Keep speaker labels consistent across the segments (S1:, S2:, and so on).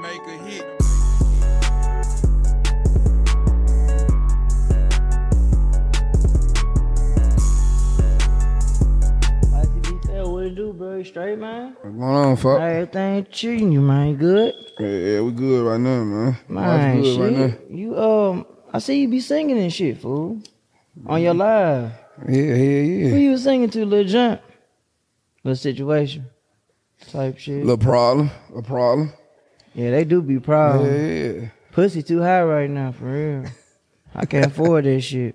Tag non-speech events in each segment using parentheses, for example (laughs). S1: make a hit.
S2: What it do, bro? You straight, man?
S3: What's going on, fuck?
S2: Everything cheating you, man. Good?
S3: Yeah, yeah, we good right now, man.
S2: Man,
S3: Life's
S2: shit.
S3: good right
S2: You, um, I see you be singing and shit, fool. On your live.
S3: now. Yeah, yeah,
S2: Who
S3: yeah.
S2: you was singing to, Lil Jump? Lil Situation. Type shit.
S3: Little problem, a problem.
S2: Yeah, they do be proud.
S3: yeah, yeah.
S2: Pussy too high right now, for real. I can't afford this shit.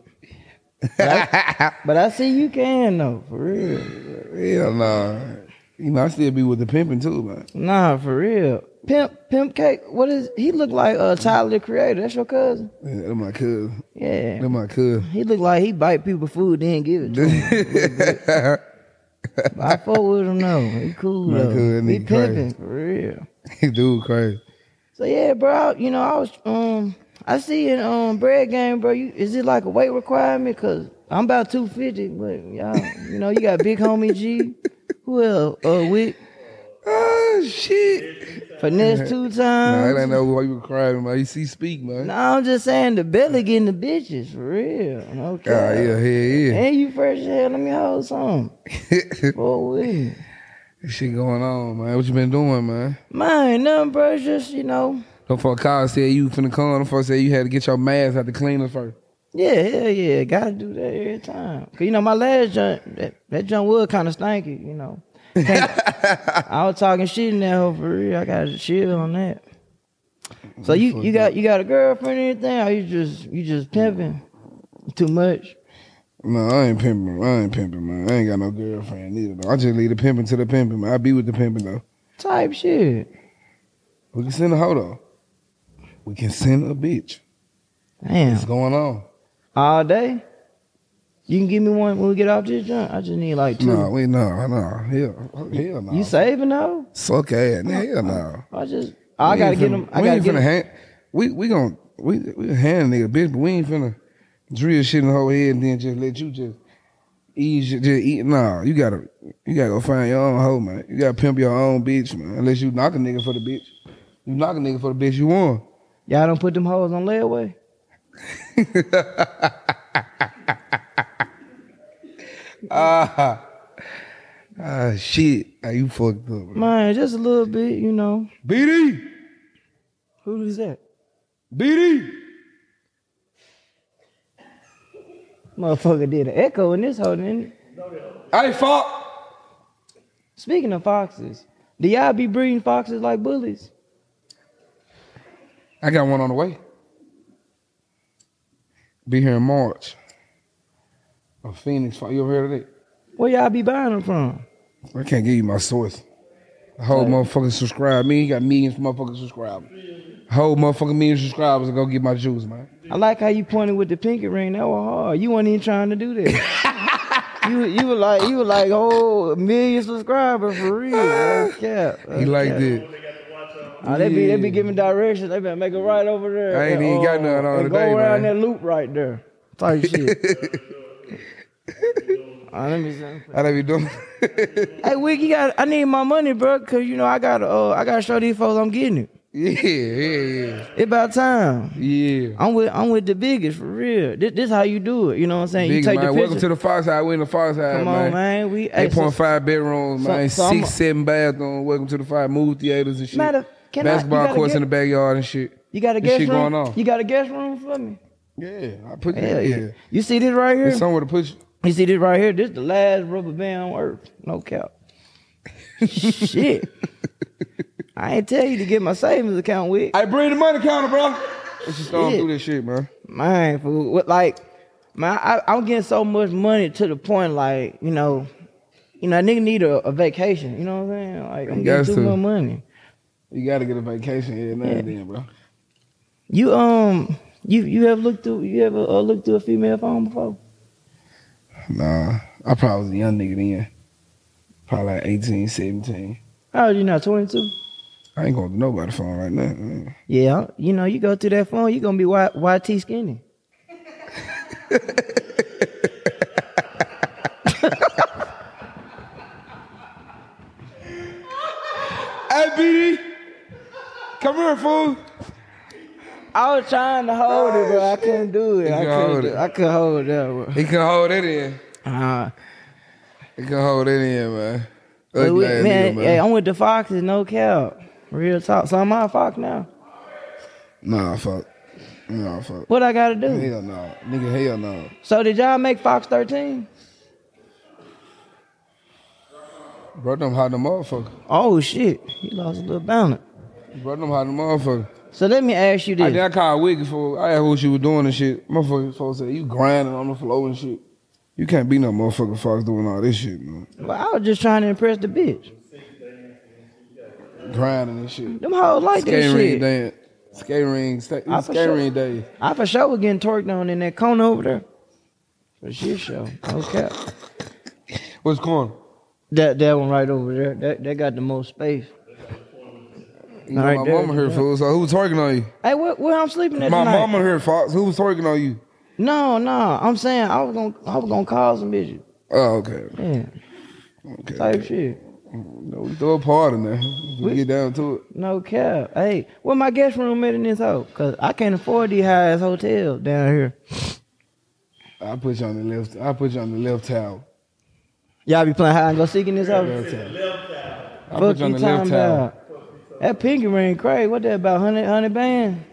S2: But I,
S3: (laughs)
S2: but I see you can though, for real.
S3: Hell nah. You know, I still be with the pimping too, man.
S2: Nah, for real. Pimp, Pimp Cake. What is he look like? Uh, Tyler the Creator. That's your cousin.
S3: Yeah, that's my cousin.
S2: Yeah.
S3: That's my cousin.
S2: He look like he bite people food, then give
S3: (laughs)
S2: it. To 'em. But I fuck with him though. He cool
S3: My
S2: though.
S3: cousin,
S2: he
S3: he crazy.
S2: pimping for real.
S3: (laughs) Dude, crazy.
S2: So yeah, bro. You know, I was um, I see in um bread game, bro. You is it like a weight requirement? Cause I'm about two fifty, but y'all, you know, you got big homie G. Who else? Uh, Wick.
S3: Oh shit. (laughs)
S2: Finesse two
S3: Nah, I
S2: times.
S3: don't know why you were crying, man. You see, speak, man.
S2: no, I'm just saying the belly getting the bitches for real. Okay.
S3: Ah, yeah, yeah,
S2: And you fresh as hell. Let me hold some.
S3: yeah. (laughs)
S2: Boy, with me.
S3: shit going on, man. What you been doing, man?
S2: Mine, nothing, bro. It's Just you know,
S3: Don't fuck Kyle said you finna come. Don't fuck said you had to get your mask out the cleaner first.
S2: Yeah, hell yeah. Gotta do that every time. Cause you know, my last junk, that, that junk was kind of stanky, you know.
S3: (laughs)
S2: I was talking shit in that hoe for real. I gotta chill on that. So you, you got you got a girlfriend or anything? Or you just you just pimping too much?
S3: No, I ain't pimping. I ain't pimping, man. I ain't got no girlfriend neither. Though. I just leave the pimping to the pimping, man. I be with the pimping though.
S2: Type shit.
S3: We can send a hoe though. We can send a bitch. What's
S2: Damn.
S3: going on?
S2: All day? You can give me one when we get off this junk? I just need like two.
S3: No, we no, no, hell, hell no.
S2: You saving though?
S3: suck ass? Nah, Hell no.
S2: I just I
S3: We
S2: gotta
S3: ain't
S2: get
S3: finna-
S2: them I
S3: we
S2: gotta
S3: ain't
S2: get
S3: finna
S2: 'em-
S3: hand. We we gon' we we hand a nigga bitch, but we ain't finna drill shit in the whole head and then just let you just ease your- just eat. Nah, you gotta you gotta go find your own hoe, man. You gotta pimp your own bitch, man. Unless you knock a nigga for the bitch, you knock a nigga for the bitch, you won.
S2: Y'all don't put them hoes on layaway?
S3: Ah shit, ah, you fucked up. Man.
S2: Man, just a little bit, you know.
S3: BD,
S2: Who is that?
S3: BD.
S2: Motherfucker did an echo in this hoe, didn't it?
S3: Hey, fuck.
S2: Speaking of foxes, do y'all be breeding foxes like bullies?
S3: I got one on the way. Be here in March. A Phoenix. fuck, You ever heard of that?
S2: Where y'all be buying them from?
S3: I can't give you my source. The whole motherfucking subscribe. Me, he got millions of motherfucking subscribers. Whole motherfucking million subscribers to go get my juice, man.
S2: I like how you pointed with the pinky ring. That was hard. You weren't even trying to do that.
S3: (laughs)
S2: you you were like you were like oh a million subscribers for real. Yeah,
S3: He like that.
S2: Oh, they be they be
S3: Yeah.
S2: giving directions. They better make a right over there.
S3: I ain't
S2: and,
S3: even got
S2: uh,
S3: nothing on
S2: and
S3: today,
S2: Go around
S3: man.
S2: that loop right there.
S3: (laughs)
S2: Type shit. (laughs) Ah, let me see.
S3: I don't (laughs) be doing.
S2: Hey, Wick, you got. I need my money, bro, cause you know I gotta. Uh, I gotta show these folks I'm getting it.
S3: yeah, yeah,
S2: It's about time.
S3: yeah, yeah.
S2: I'm with. I'm with the biggest for real. This, this how you do it. You know what I'm saying?
S3: Big
S2: you take
S3: man,
S2: the
S3: welcome
S2: picture.
S3: to the Fox House. We in the Fox House,
S2: Come on, man. We hey,
S3: Eight
S2: so-
S3: point five bedrooms,
S2: so-
S3: man.
S2: so I'm-
S3: Six, seven bathrooms. Welcome to the five movie theaters and shit.
S2: Matter- can I- you
S3: Basketball
S2: gotta
S3: courts
S2: get-
S3: in the backyard and shit.
S2: You got a
S3: This
S2: guest
S3: shit
S2: room.
S3: going on.
S2: You got a guest room for me.
S3: Yeah, I put you.
S2: Hell
S3: Yeah,
S2: yeah. You see this right here?
S3: There's somewhere to put you.
S2: You see this right here? This the last rubber band on earth. No
S3: (laughs)
S2: cap. Shit. I ain't tell you to get my savings account with.
S3: I bring the money counter, bro. Let's just throw
S2: Shit.
S3: through this shit, man.
S2: Man, fool. What like man, I, I'm getting so much money to the point like, you know, you know, a nigga need a, a vacation. You know what I'm saying? Like I'm getting
S3: Guys
S2: too
S3: too.
S2: much money.
S3: You gotta get a vacation here now and then, bro.
S2: You um you you have looked through you ever uh, looked through a female phone before?
S3: Nah, I probably was a young nigga then. Probably like 18, 17.
S2: How old you now, twenty two?
S3: I ain't going to nobody phone right now. man.
S2: Yeah, you know, you go through that phone, you're gonna be y- YT skinny.
S3: Hey, BD! Come here, fool.
S2: I was trying to hold it,
S3: (laughs)
S2: but I couldn't do it.
S3: You
S2: I
S3: couldn't
S2: couldn't.
S3: hold
S2: do-
S3: it.
S2: I could hold it up.
S3: He can hold it in.
S2: Uh,
S3: He can hold it in, man.
S2: but
S3: Ugly
S2: we,
S3: ass
S2: man,
S3: nigga,
S2: yeah, I'm with the Foxes, no cap. Real talk. So I'm out of Fox now.
S3: Nah, fuck. Nah, fuck.
S2: What I gotta do?
S3: Hell no. Nigga, hell no.
S2: So did y'all make Fox 13?
S3: Bro, them hot the motherfucker.
S2: Oh shit, he lost a little balance.
S3: Bro, them hot the motherfucker.
S2: So let me ask you
S3: I did.
S2: this.
S3: I called Wiggy for. I asked what she was doing and shit. Motherfucker, folks said you grinding on the floor and shit. You can't be no motherfucker Fox doing all this shit, man.
S2: Well, I was just trying to impress the bitch.
S3: Grinding and shit.
S2: Them hoes like that
S3: Skate ring
S2: shit.
S3: dance. Skate ring. sta-
S2: I for
S3: Skate
S2: sure-
S3: ring day.
S2: I for sure was getting torqued on in that corner over there. For shit show. No cap.
S3: What's corner?
S2: That that one right over there. That that got the most space.
S3: You know,
S2: Right
S3: my
S2: there.
S3: mama here, fool. So who's twerking on you?
S2: Hey, where, where I'm sleeping at
S3: My
S2: tonight?
S3: mama here, Fox. Who was twerking on you?
S2: No, no. I'm saying I was gonna I was gonna call some bitches.
S3: Oh, okay.
S2: Yeah,
S3: Okay.
S2: type
S3: okay.
S2: shit.
S3: No, we throw a party now. We,
S2: We-
S3: get down to it.
S2: No cap. Hey, where my guest room at in this hoe? Cause I can't afford these high ass hotels down here.
S3: I put you on the left. I put you on the left towel.
S2: Y'all be playing hide and go seek in this hoe.
S3: Left towel. I
S2: Fuck
S3: put you
S2: you
S3: on the
S2: time
S3: left towel.
S2: about. That pinky ring, crazy. What that about? Hundred hundred band.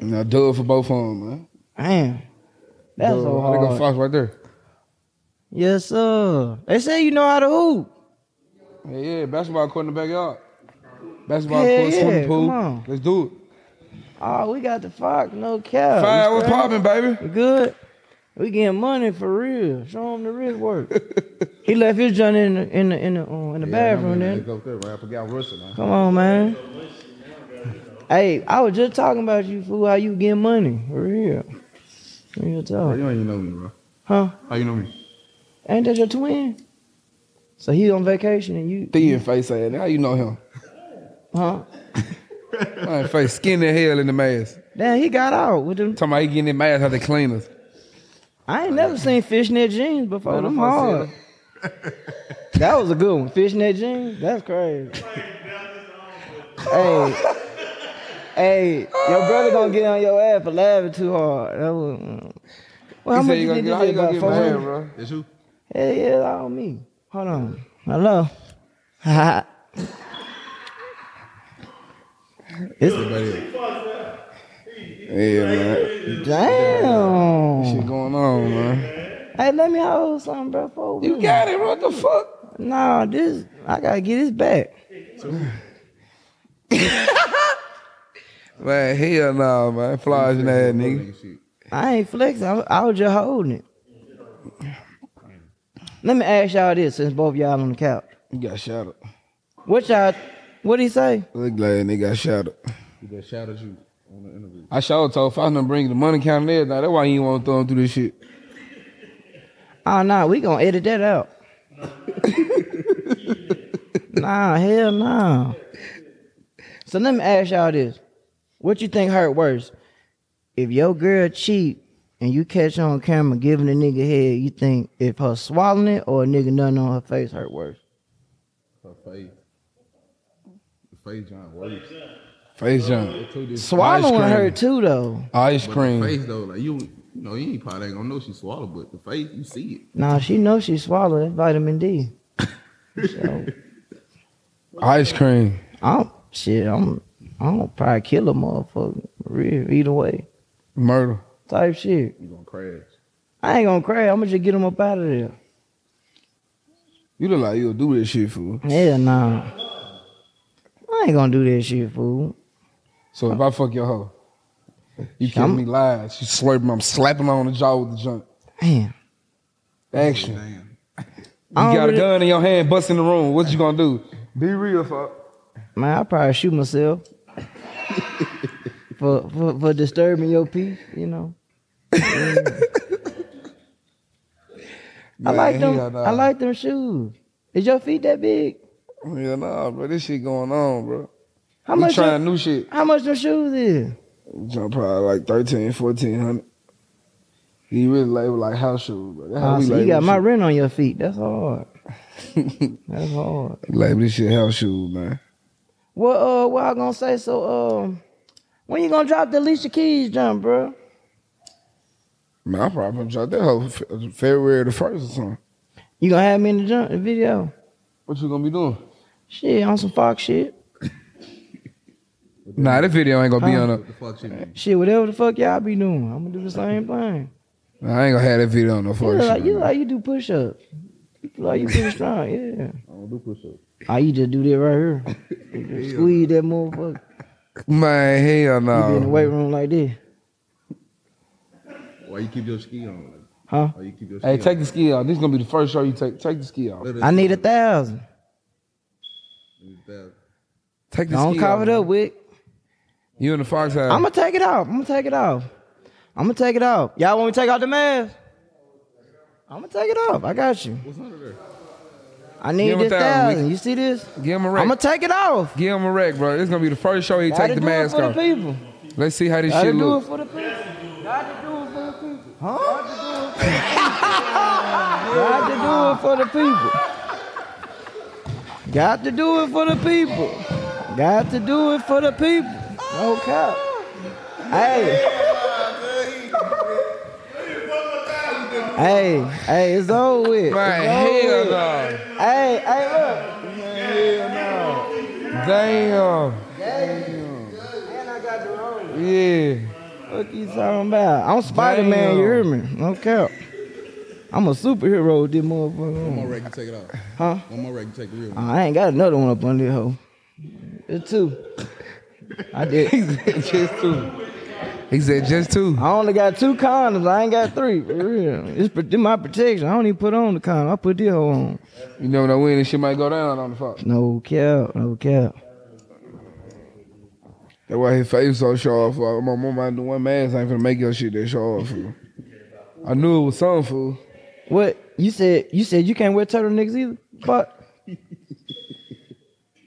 S3: And I do it for both of them, man.
S2: Damn, that's
S3: Dub.
S2: so
S3: There go
S2: hard.
S3: Fox right there.
S2: Yes sir. They say you know how to hoop.
S3: Yeah, yeah, basketball court in the backyard. Basketball
S2: Hell
S3: court,
S2: yeah,
S3: swimming
S2: come on.
S3: pool. Let's do it.
S2: Oh, we got the fox. No cap.
S3: Five
S2: You
S3: hours
S2: straight?
S3: popping, baby. (laughs)
S2: We good. We getting money for real. Show him the real work. he left his junk in the in the in the, uh, in the bathroom. Then
S1: Go through, man. I forgot Russell, man.
S2: come on, man. Hey, I was just talking about you, fool. How you getting money for real?
S1: Bro,
S2: Real talk,
S1: you ain't even know me, bro.
S2: huh?
S1: How you know me?
S2: Ain't that your twin? So he on vacation and you,
S3: Thin face ass. How you know him?
S2: huh?
S3: My face skinny as hell in the mask.
S2: Damn, he got out with them.
S3: Talking about he getting in mask how they clean us.
S2: I ain't never seen fishnet jeans before.
S3: Man,
S2: Them
S3: them folks
S2: hard. That was a good one. Fishnet jeans. That's crazy. hey, hey, your brother gonna get on your ass for laughing too hard. That was, mm. well, how
S3: He
S2: much
S3: said you
S2: you
S3: gonna
S2: did
S3: get, how you
S2: this
S3: gonna
S2: about
S3: get
S2: four
S3: mad,
S2: hundred?
S3: bro?
S1: It's who?
S2: Yeah, yeah, that on me. Hold on. Hello. (laughs) it's
S3: Yeah, man. Shit
S2: damn.
S3: going on, man.
S2: Hey, let me hold something, bro. for a
S3: You
S2: minute.
S3: got it, bro. What the fuck?
S2: Nah, this I gotta get this back.
S3: Man, hell no, man. Flies in that nigga.
S1: Shit.
S2: I ain't flexing. I, I was just holding it. Let me ask y'all this, since both y'all on the couch.
S3: You got shot up.
S2: What y'all? What he say?
S3: Look glad nigga got shot up.
S1: He just shouted you on the interview.
S3: I sure told Fox done bring the money count and everything. That's why he ain't want to throw him through this shit.
S2: Oh nah, we gonna edit that out. (laughs) nah, hell nah. So let me ask y'all this: What you think hurt worse? If your girl cheat and you catch her on camera giving a nigga head, you think if her swallowing it or a nigga nothing on her face hurt worse?
S1: Her face. The face John worse.
S3: Face jump.
S1: Uh, They told this
S2: Swallowing
S3: cream.
S2: hurt too though.
S3: Ice
S1: but the
S3: cream.
S1: face though, like you, you know, you ain't probably ain't gonna know she swallowed, but the face, you see it.
S2: Nah, she knows she swallowed that vitamin D.
S3: Ice cream.
S2: I'm shit. I'm I'm gonna probably kill a motherfucker. for Real, either way,
S3: Murder.
S2: type shit.
S1: You gonna crash.
S2: I ain't gonna cry. I'm gonna just get him up out of there.
S3: You look like you'll do this shit, fool.
S2: Hell nah. I ain't gonna do that shit, fool.
S3: So if I fuck your hoe, you kill
S2: I'm-
S3: me live. She slurping. I'm slapping her on the jaw with the junk.
S2: Damn.
S3: Action. You
S1: Damn.
S2: I don't
S3: got
S2: really-
S3: a gun in your hand, bust in the room. What you gonna do? Be real, fuck.
S2: Man, I probably shoot myself for, for for disturbing your peace. You know. I like them. I
S3: uh,
S2: like them shoes. Is your feet that big?
S3: Yeah, nah, bro. This shit going on, bro.
S2: How
S3: we
S2: much?
S3: trying
S2: your-
S3: new shit.
S2: how much them shoes is?
S3: Jump probably like 13, 1400. He really labeled like house shoes, bro. That's how
S2: Ah,
S3: we
S2: so you
S3: label
S2: got
S3: this
S2: my
S3: shit.
S2: rent on your
S3: (laughs)
S2: feet. That's hard. That's hard.
S3: Label this shit house shoes, man.
S2: What uh what I gonna say? So um when you gonna drop the Alicia Keys jump, bro?
S3: Man, I probably dropped that whole Fe- February the first or something.
S2: You gonna have me in the jump the video?
S3: What you gonna be doing?
S2: Shit, on some Fox shit.
S3: Nah, that video ain't gonna be
S2: Huh?
S3: on.
S1: What the fuck shit mean?
S2: Shit, whatever the fuck y'all be doing, I'm gonna do the same thing.
S3: A, I ain't gonna have that video on no
S2: You
S3: fucking
S2: look
S3: shit.
S2: like you, look like you do push ups. You look like you
S3: (laughs)
S2: pretty strong, yeah.
S1: I don't do push-ups.
S2: Ah, you just do that right here. You just squeeze that motherfucker.
S3: Man,
S2: You
S3: hell
S2: be in the weight
S3: no.
S2: room like this.
S1: Why you keep your ski on? Like,
S2: Huh?
S1: Why you keep your ski
S3: Hey,
S1: on?
S3: take the ski off. This is gonna be the first show you take. Take the ski off.
S1: Let it-
S2: I need a thousand.
S1: that-
S3: Take the
S2: Don't
S3: ski
S2: cover it
S3: off.
S2: up, Wick.
S3: You in the fox house?
S2: I'm gonna take it off. I'm gonna take it off. I'm gonna take it off. Y'all want me to take out the mask? I'm gonna take it off. I got you.
S1: What's under there?
S2: I need
S3: Give him a
S2: this
S3: thousand, Wick.
S2: thousand. You see this?
S3: Give him a
S2: I'm
S3: wreck.
S2: gonna take it off.
S3: Give him a wreck, bro. This is gonna be the first show he
S2: Gotta
S3: take the
S2: do it
S3: mask
S2: for the
S3: off.
S2: people.
S3: Let's see how this
S2: Gotta
S3: shit
S2: do it
S3: look.
S2: for the people. Gotta do it for the people. Huh? Got to do it for the people. Got to do it for the people. Got to do it for the people. No cap. Hey. Hey, hey, it's over with. It's
S3: Man,
S2: over
S3: hell
S2: with.
S3: no.
S2: Hey, hey, look.
S3: Damn.
S2: And I got the wrong.
S3: Yeah.
S2: What you talking about? I'm Spider Man,
S3: Damn.
S2: you hear me? No cap. I'm a superhero with this motherfucker. on.
S1: One more rack, you take it off.
S2: Huh?
S1: One more rack, you take the real one.
S2: I ain't got another one up on this hoe. It's two. I
S3: (laughs)
S2: did.
S3: just two. He said just two.
S2: I only got two condoms. I ain't got three. For real. It's pro- this my protection. I don't even put on the condom. I put this hoe on.
S3: You never know when this shit might go down on the fox.
S2: No cap. No cap.
S3: That's why his face so sharp. For my mom, I knew one mask ain't finna make your shit that sharp. fool. I knew it was some fool.
S2: What you said? You said you can't wear turtlenecks either. Fuck.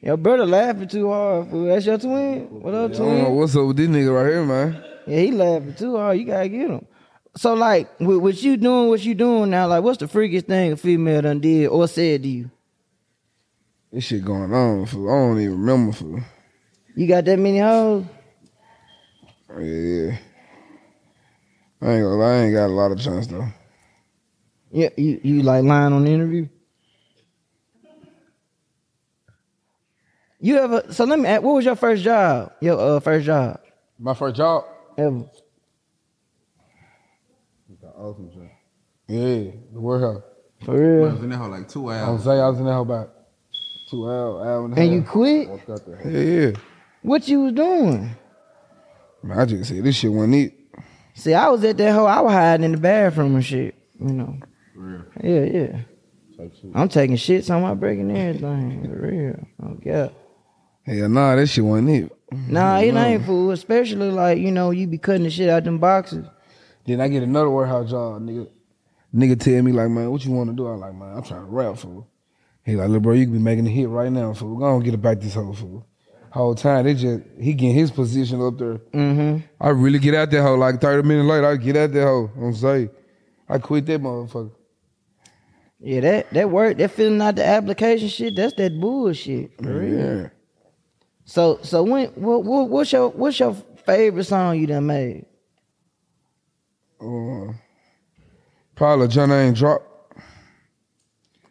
S2: Your brother laughing too hard. Fool. That's your twin. What up,
S3: I don't know
S2: twin?
S3: what's up with this nigga right here, man.
S2: Yeah, he laughing too hard. You gotta get him. So like, with what you doing? What you doing now? Like, what's the freakiest thing a female done did or said to you?
S3: This shit going on fool. I don't even remember fool.
S2: You got that many hoes?
S3: Yeah, Oh, yeah. I ain't gonna lie, I ain't got a lot of chance though.
S2: Yeah, you, you like lying on the interview? You ever? So let me. ask, What was your first job? Your uh, first job
S3: My first job.
S2: ever?
S1: Awesome shit.
S3: Yeah, the warehouse.
S2: For
S1: I
S2: real?
S1: was in there for like two
S3: I was
S1: hours.
S3: say I was in there about two hours, hour and a half.
S2: And you quit?
S1: Walked out there.
S3: Yeah, yeah.
S2: What you was doing?
S3: Man, I just said this shit wasn't it.
S2: See, I was at that hoe. I was hiding in the bathroom and shit. You know.
S1: For real.
S2: Yeah, yeah.
S1: Type shit.
S2: I'm taking shits. I'm out breaking everything. For real. Oh God.
S3: Hell nah, that shit wasn't it.
S2: Nah, it ain't fool. Especially like you know you be cutting the shit out them boxes.
S3: Then I get another warehouse job, nigga. Nigga tell me like, man, what you want to do? I like, man, I'm trying to rap, fool. He like, look, bro, you can be making a hit right now, fool. Go on, get about this whole fool. Whole time they just he getting his position up there.
S2: Mm-hmm.
S3: I really get out that hoe like 30 minutes later. I get out that hoe. I'm say, I quit that motherfucker.
S2: Yeah, that that work, that filling out the application shit, that's that bullshit.
S3: Yeah.
S2: So so when what, what what's your what's your favorite song you done made?
S3: Uh, probably John ain't dropped.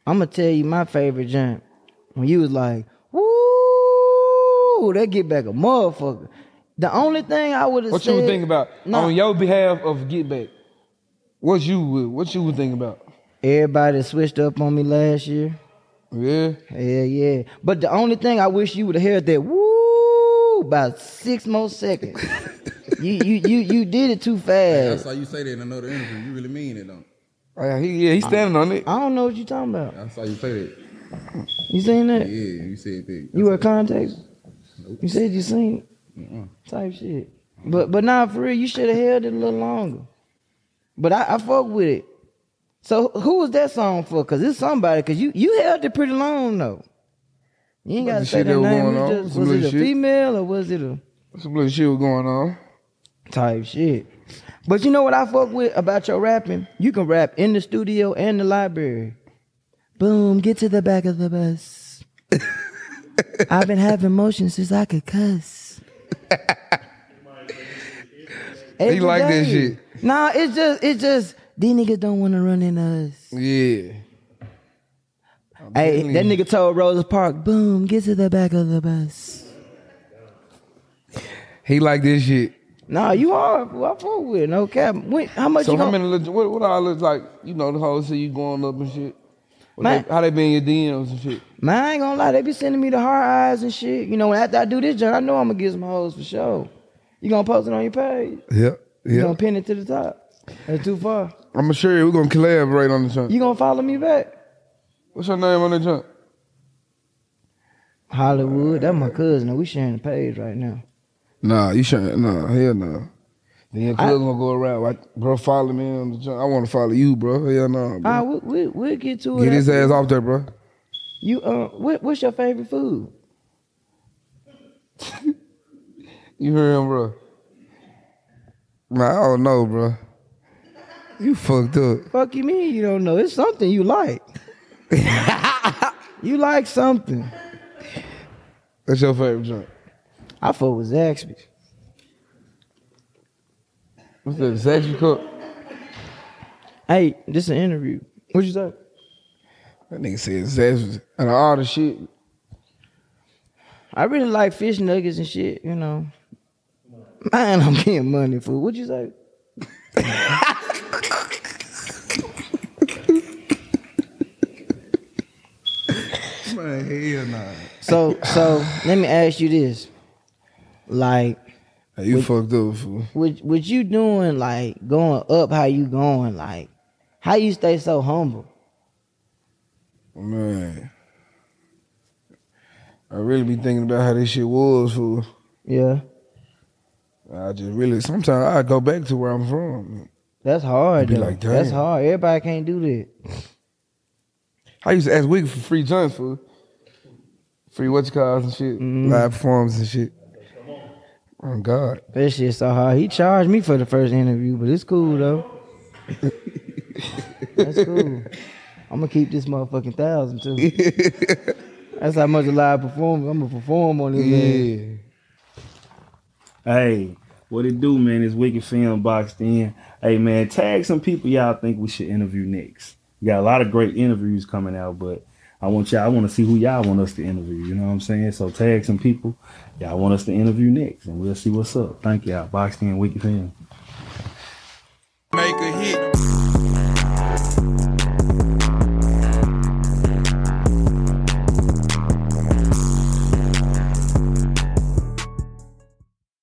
S2: I'm gonna tell you my favorite jump. When you was like, "Woo, that get back a motherfucker." The only thing I would have
S3: What
S2: said,
S3: you would think about
S2: Nah.
S3: on your behalf of get back? What you would what you would think about?
S2: Everybody switched up on me last year.
S3: Yeah.
S2: Yeah, yeah. But the only thing I wish you would have heard that woo about six more
S3: (laughs)
S2: seconds. you you you you did it too
S1: I
S2: fast.
S1: saw you say that in another interview. You really mean it, though.
S3: Oh, yeah, he, yeah, he's standing on it.
S2: I don't know what you talking about.
S1: I saw you say that.
S2: You seen that?
S1: Yeah, you said that.
S2: You wear contacts? You said you seen it. type shit. But but nah, for real, you should have held it a little longer. But I, I fuck with it. So who was that song for? Cause it's somebody. Cause you you held it pretty long though. You ain't
S3: Like
S2: gotta
S3: the
S2: say
S3: shit
S2: their
S3: that was
S2: name.
S3: going
S2: Was,
S3: on,
S2: just,
S3: some
S2: was it
S3: little
S2: a
S3: shit.
S2: female or was it a
S3: Some little shit was going on.
S2: type shit? But you know what I fuck with about your rapping? You can rap in the
S3: (laughs)
S2: studio and the library. Boom, get to the back of the bus. I've been having motion since I could
S3: (laughs)
S2: cuss. Every
S3: like that
S2: day.
S3: shit.
S2: Nah, it's just it's just these niggas don't want to run in us.
S3: Yeah.
S2: Hey,
S3: telling
S2: that
S3: you.
S2: nigga told Rosa Park, boom, get to the back of the bus.
S3: He like this shit.
S2: Nah, you are who I fuck with. No cap. When, how much
S3: So
S2: you
S3: how
S2: gonna,
S3: many? Legit, what what all look like? You know the whole shit you going up and shit. What
S2: Man.
S3: they- how they been your DMs and shit?
S2: Man, I ain't gonna lie, they be sending me the hard eyes and shit. You know, after I do this joint, I know I'm gonna get some hoes for sure. You gonna post it on your page?
S3: Yep.
S2: You gonna pin it to the top? That's too far.
S3: I'm sure we're gonna collaborate on the jump.
S2: You gonna follow me back?
S3: What's your name on the jump?
S2: Hollywood, that's my cousin. We sharing the page right now.
S3: Nah, you shouldn't. Nah, hell no. Then your
S2: I-
S3: cousin gonna go around like, bro, follow me on the jump. I want to follow you, bro. Hell no. bro.
S2: All right, we, we, we'll get to it.
S3: Get his
S2: after-
S3: ass off there, bro.
S2: You, uh, what, what's your favorite food?
S3: You hear him, bro? Nah, I don't know, bro. You fucked up.
S2: Fuck you mean you don't know? It's something you
S3: (laughs)
S2: like. you like something.
S3: That's your favorite jump.
S2: I fuck with Zaxby's.
S3: What's that? Zaxby Cook.
S2: Hey, this is an interview. What you say?
S3: That nigga said Zaxby and all the shit.
S2: I really like fish nuggets and shit, you know. Man, I'm getting money for what you say?
S1: Man, hell nah.
S2: So, so let me ask you this. Like,
S3: Hey, you fucked up, fool.
S2: what what you doing like going up how you going like how you stay so humble
S3: Man. I really be thinking about how this shit was, fool.
S2: yeah
S3: I just really sometimes I go back to where I'm from.
S2: that's hard
S3: You be
S2: though.
S3: like,
S2: that's
S3: "Damn."
S2: hard everybody can't do that
S3: I used to ask Wiggy for free joints, fool. Free what you calls and shit.
S2: Mhm.
S3: Live performs and shit. Oh God.
S2: that shit so hard he charged me for the first interview but it's cool though that's cool i'm gonna keep this motherfucking thousand too that's how much a live performance i'm gonna perform on this man.
S3: yeah.
S4: Hey, what it do, man? It's Wicked Film boxed in. Hey, man, tag some people y'all think we should interview next. We got a lot of great interviews coming out, but I want y'all. I want to see who y'all want us to interview. You know what I'm saying? So tag some people y'all want us to interview next, and we'll see what's up. Thank y'all, boxed in Wicked Film.